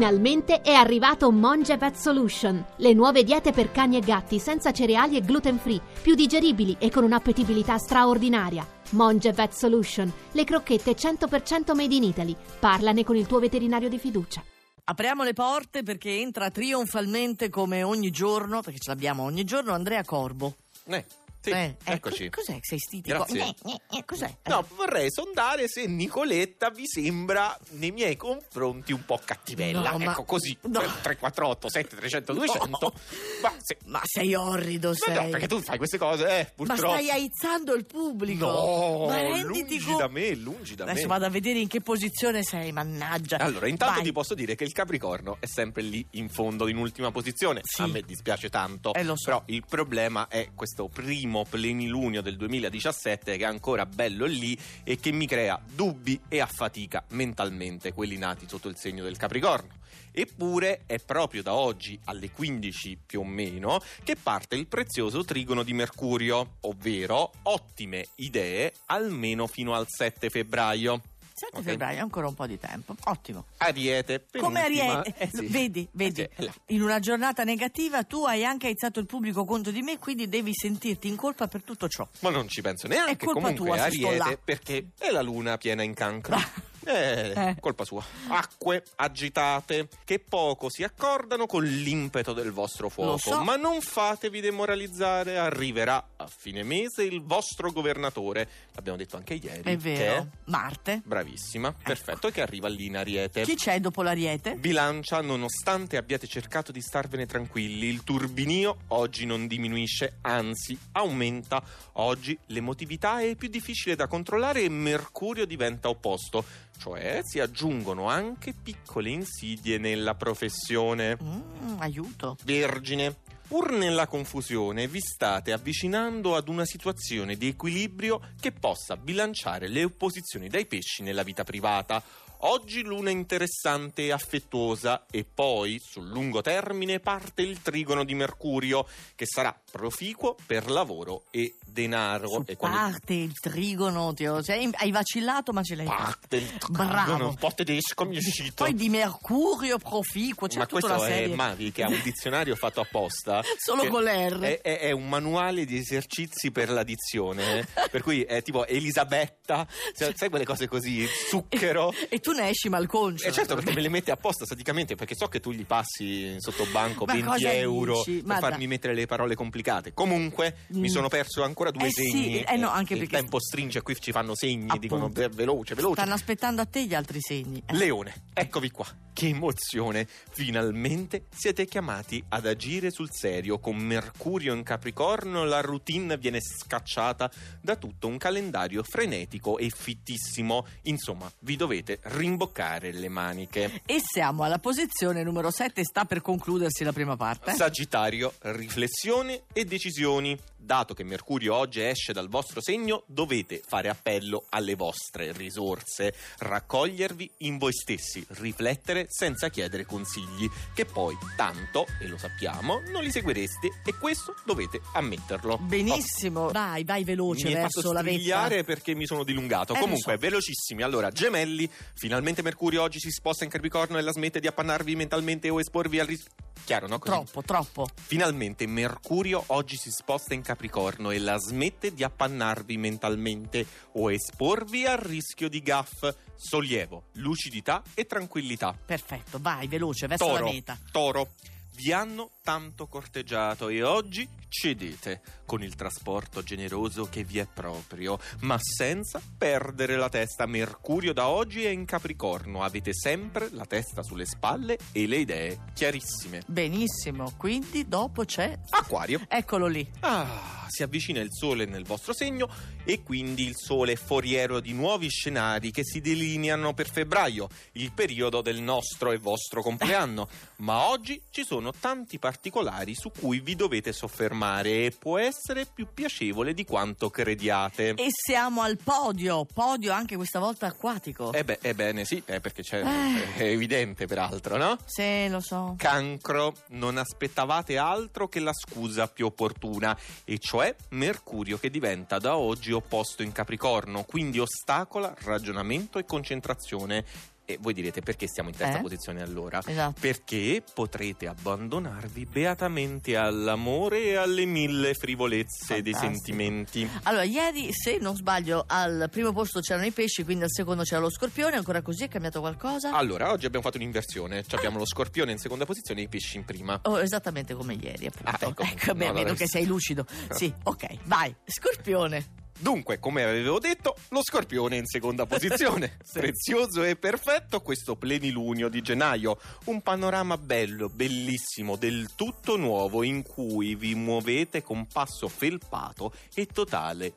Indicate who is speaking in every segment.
Speaker 1: Finalmente è arrivato Monge Vet Solution, le nuove diete per cani e gatti senza cereali e gluten free, più digeribili e con un'appetibilità straordinaria. Monge Vet Solution, le crocchette 100% made in Italy. Parlane con il tuo veterinario di fiducia.
Speaker 2: Apriamo le porte perché entra trionfalmente come ogni giorno, perché ce l'abbiamo ogni giorno, Andrea Corbo.
Speaker 3: Eh, sì,
Speaker 2: Eh, eh,
Speaker 3: eccoci.
Speaker 2: cos- Cos'è che sei stitico?
Speaker 3: Grazie.
Speaker 2: Eh, eh, eh, cos'è?
Speaker 3: No, vorrei sondare se Nicoletta vi sembra nei miei confronti un po' cattivella.
Speaker 2: No, ma-
Speaker 3: ecco così,
Speaker 2: no.
Speaker 3: 348, 7300, 200.
Speaker 2: No.
Speaker 3: Ma se...
Speaker 2: Ma sei orrido,
Speaker 3: Ma
Speaker 2: sei.
Speaker 3: no, perché tu fai queste cose, eh,
Speaker 2: Ma
Speaker 3: purtroppo.
Speaker 2: stai aizzando il pubblico.
Speaker 3: No,
Speaker 2: Ma renditi
Speaker 3: lungi
Speaker 2: co-
Speaker 3: da me, lungi da
Speaker 2: Adesso
Speaker 3: me.
Speaker 2: vado a vedere in che posizione sei, mannaggia.
Speaker 3: Allora, intanto
Speaker 2: Vai.
Speaker 3: ti posso dire che il Capricorno è sempre lì in fondo, in ultima posizione.
Speaker 2: Sì.
Speaker 3: A me dispiace tanto.
Speaker 2: Eh, lo so.
Speaker 3: Però il problema è questo primo plenilunio del 2017 che è ancora bello lì e che mi crea dubbi e affatica mentalmente quelli nati sotto il segno del Capricorno. Eppure è proprio da oggi alle 15 più o meno che parte il prezioso trigono di Mercurio, ovvero ottime idee almeno fino al 7 febbraio.
Speaker 2: 7
Speaker 3: Ok.
Speaker 2: febbraio, ancora un po' di tempo. Ottimo.
Speaker 3: Ariete,
Speaker 2: Come
Speaker 3: penultima.
Speaker 2: Ariete,
Speaker 3: Eh, sì.
Speaker 2: vedi, vedi,
Speaker 3: Eh, sì, eh,
Speaker 2: in una giornata negativa tu hai anche aizzato il pubblico contro di me, quindi devi sentirti in colpa per tutto ciò.
Speaker 3: Ma non ci penso neanche.
Speaker 2: È colpa
Speaker 3: Comunque,
Speaker 2: tua se sto là. Ah.
Speaker 3: Ariete, perché è la luna piena in cancro. Eh,
Speaker 2: Eh.
Speaker 3: colpa sua. Acque agitate che poco si accordano con l'impeto del vostro fuoco.
Speaker 2: so.
Speaker 3: Ma non fatevi demoralizzare, arriverà a fine mese il vostro governatore. L'abbiamo detto anche ieri.
Speaker 2: È vero. Ecco.
Speaker 3: Che
Speaker 2: Marte.
Speaker 3: Bravissima, perfetto, e che arriva lì in Ariete.
Speaker 2: Chi c'è dopo l'ariete?
Speaker 3: Bilancia, nonostante abbiate cercato di starvene tranquilli, il turbinio oggi non diminuisce, anzi aumenta. Oggi l'emotività è più difficile da controllare e Mercurio diventa opposto, cioè si aggiungono anche piccole insidie nella professione.
Speaker 2: Mm, aiuto.
Speaker 3: Vergine. Pur nella confusione vi state avvicinando ad una situazione di equilibrio che possa bilanciare le opposizioni dai pesci nella vita privata. Oggi luna interessante e affettuosa e poi sul lungo termine parte il trigono di Mercurio che sarà proficuo per lavoro e denaro.
Speaker 2: Su
Speaker 3: E quando
Speaker 2: parte il trigono, ti ho- sei- hai vacillato ma ce l'hai
Speaker 3: parte il trigono,
Speaker 2: Bravo.
Speaker 3: un po' tedesco mi è uscito.
Speaker 2: Poi di mercurio proficuo, c'è
Speaker 3: Ma
Speaker 2: tutta
Speaker 3: questo
Speaker 2: una
Speaker 3: è
Speaker 2: serie.
Speaker 3: Mavi che ha un dizionario fatto apposta.
Speaker 2: Solo
Speaker 3: Che
Speaker 2: con le R.
Speaker 3: È, è- è un manuale di esercizi per la dizione. eh. per cui è tipo Elisabetta, sai, sai quelle cose così, zucchero.
Speaker 2: E tu ne esci malconcio.
Speaker 3: E certo perché me le mette apposta staticamente perché so che tu gli passi sotto banco
Speaker 2: Ma
Speaker 3: 20
Speaker 2: cosa
Speaker 3: euro
Speaker 2: dici? Ma
Speaker 3: per
Speaker 2: dai.
Speaker 3: farmi mettere le parole complicate. Comunque
Speaker 2: Mm.
Speaker 3: mi sono perso ancora due
Speaker 2: Eh sì,
Speaker 3: segni.
Speaker 2: eh no, anche
Speaker 3: il
Speaker 2: perché-
Speaker 3: tempo stringe, qui ci fanno segni,
Speaker 2: Appunto.
Speaker 3: dicono "Ve- veloce, cioè, veloce.
Speaker 2: Stanno aspettando a te gli altri segni. Eh.
Speaker 3: Leone, eccovi qua. Che emozione! Finalmente siete chiamati ad agire sul serio. Con Mercurio in Capricorno la routine viene scacciata da tutto un calendario frenetico e fittissimo. Insomma, vi dovete rimboccare le maniche.
Speaker 2: E siamo alla posizione numero 7, sta per concludersi la prima parte.
Speaker 3: Sagittario, riflessione e decisioni. Dato che Mercurio oggi esce dal vostro segno, dovete fare appello alle vostre risorse, raccogliervi in voi stessi, riflettere senza chiedere consigli, che poi tanto, e lo sappiamo, non li seguireste e questo dovete ammetterlo.
Speaker 2: Benissimo, vai, vai
Speaker 3: Oh,
Speaker 2: veloce
Speaker 3: Mi hai
Speaker 2: verso
Speaker 3: fatto
Speaker 2: la vetta.
Speaker 3: strigliare perché mi sono dilungato.
Speaker 2: Eh, lo
Speaker 3: Comunque,
Speaker 2: so.
Speaker 3: velocissimi. Allora, gemelli, finalmente Mercurio oggi si sposta in Capricorno e la smette di appannarvi mentalmente o esporvi al rischio. Chiaro, no? Così.
Speaker 2: Troppo, troppo.
Speaker 3: Finalmente Mercurio oggi si sposta in Capricorno e la smette di appannarvi mentalmente o esporvi al rischio di gaff. Sollievo, lucidità e tranquillità.
Speaker 2: Perfetto, vai veloce verso
Speaker 3: Toro,
Speaker 2: la meta.
Speaker 3: Toro, vi hanno tanto corteggiato e oggi cedete con il trasporto generoso che vi è proprio, ma senza perdere la testa. Mercurio da oggi è in Capricorno, avete sempre la testa sulle spalle e le idee chiarissime.
Speaker 2: Benissimo, quindi dopo c'è Ah!
Speaker 3: Acquario.
Speaker 2: Eccolo lì.
Speaker 3: Ah, si avvicina il sole nel vostro segno e quindi il sole è foriero di nuovi scenari che si delineano per febbraio, il periodo del nostro e vostro compleanno. Ma oggi ci sono tanti particolari su cui vi dovete soffermare e può essere più piacevole di quanto crediate.
Speaker 2: E siamo al podio, podio anche questa volta acquatico.
Speaker 3: Eh beh, ebbene sì, eh, perché c'è,
Speaker 2: Eh.
Speaker 3: è evidente peraltro, no?
Speaker 2: Sì, lo so.
Speaker 3: Cancro, non aspettavate altro che la scusa più opportuna, e cioè Mercurio che diventa da oggi opposto in Capricorno, quindi ostacola ragionamento e concentrazione. E voi direte perché siamo in terza
Speaker 2: Eh?
Speaker 3: posizione allora?
Speaker 2: Esatto.
Speaker 3: Perché potrete abbandonarvi beatamente all'amore e alle mille frivolezze dei
Speaker 2: Fantastico.
Speaker 3: sentimenti.
Speaker 2: Allora, ieri, se non sbaglio, al primo posto c'erano i pesci, quindi al secondo c'era lo scorpione, ancora così è cambiato qualcosa?
Speaker 3: Allora, oggi abbiamo fatto un'inversione. Ci abbiamo lo scorpione in seconda posizione e i pesci in prima.
Speaker 2: Oh, esattamente come ieri, appunto.
Speaker 3: Ah, ecco.
Speaker 2: ecco, beh,
Speaker 3: No,
Speaker 2: a meno
Speaker 3: vabbè. Eh.
Speaker 2: che sei lucido. Sì, ok, vai. Scorpione.
Speaker 3: Dunque, come avevo detto, lo scorpione in seconda posizione.
Speaker 2: Sì.
Speaker 3: Prezioso e perfetto questo plenilunio di gennaio. Un panorama bello, bellissimo, del tutto nuovo in cui vi muovete con passo felpato e totale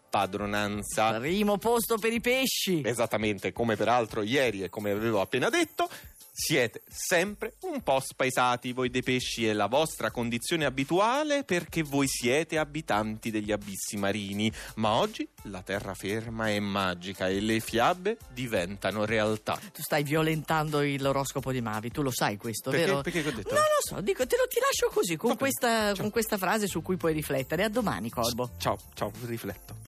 Speaker 3: padronanza.
Speaker 2: Primo posto per i pesci.
Speaker 3: Esattamente come peraltro ieri e come avevo appena detto. Siete sempre un po' spaesati voi dei pesci, è la vostra condizione abituale perché voi siete abitanti degli abissi marini, ma oggi la terraferma è magica e le fiabe diventano realtà.
Speaker 2: Tu stai violentando il- l'oroscopo di Mavi, tu lo sai questo,
Speaker 3: Perché,
Speaker 2: vero?
Speaker 3: perché che ho detto?
Speaker 2: Non lo so, dico, te lo ti lascio così, con
Speaker 3: Va bene,
Speaker 2: questa,
Speaker 3: ciao.
Speaker 2: con questa frase su cui puoi riflettere. A domani, Corbo.
Speaker 3: Ciao, ciao, rifletto.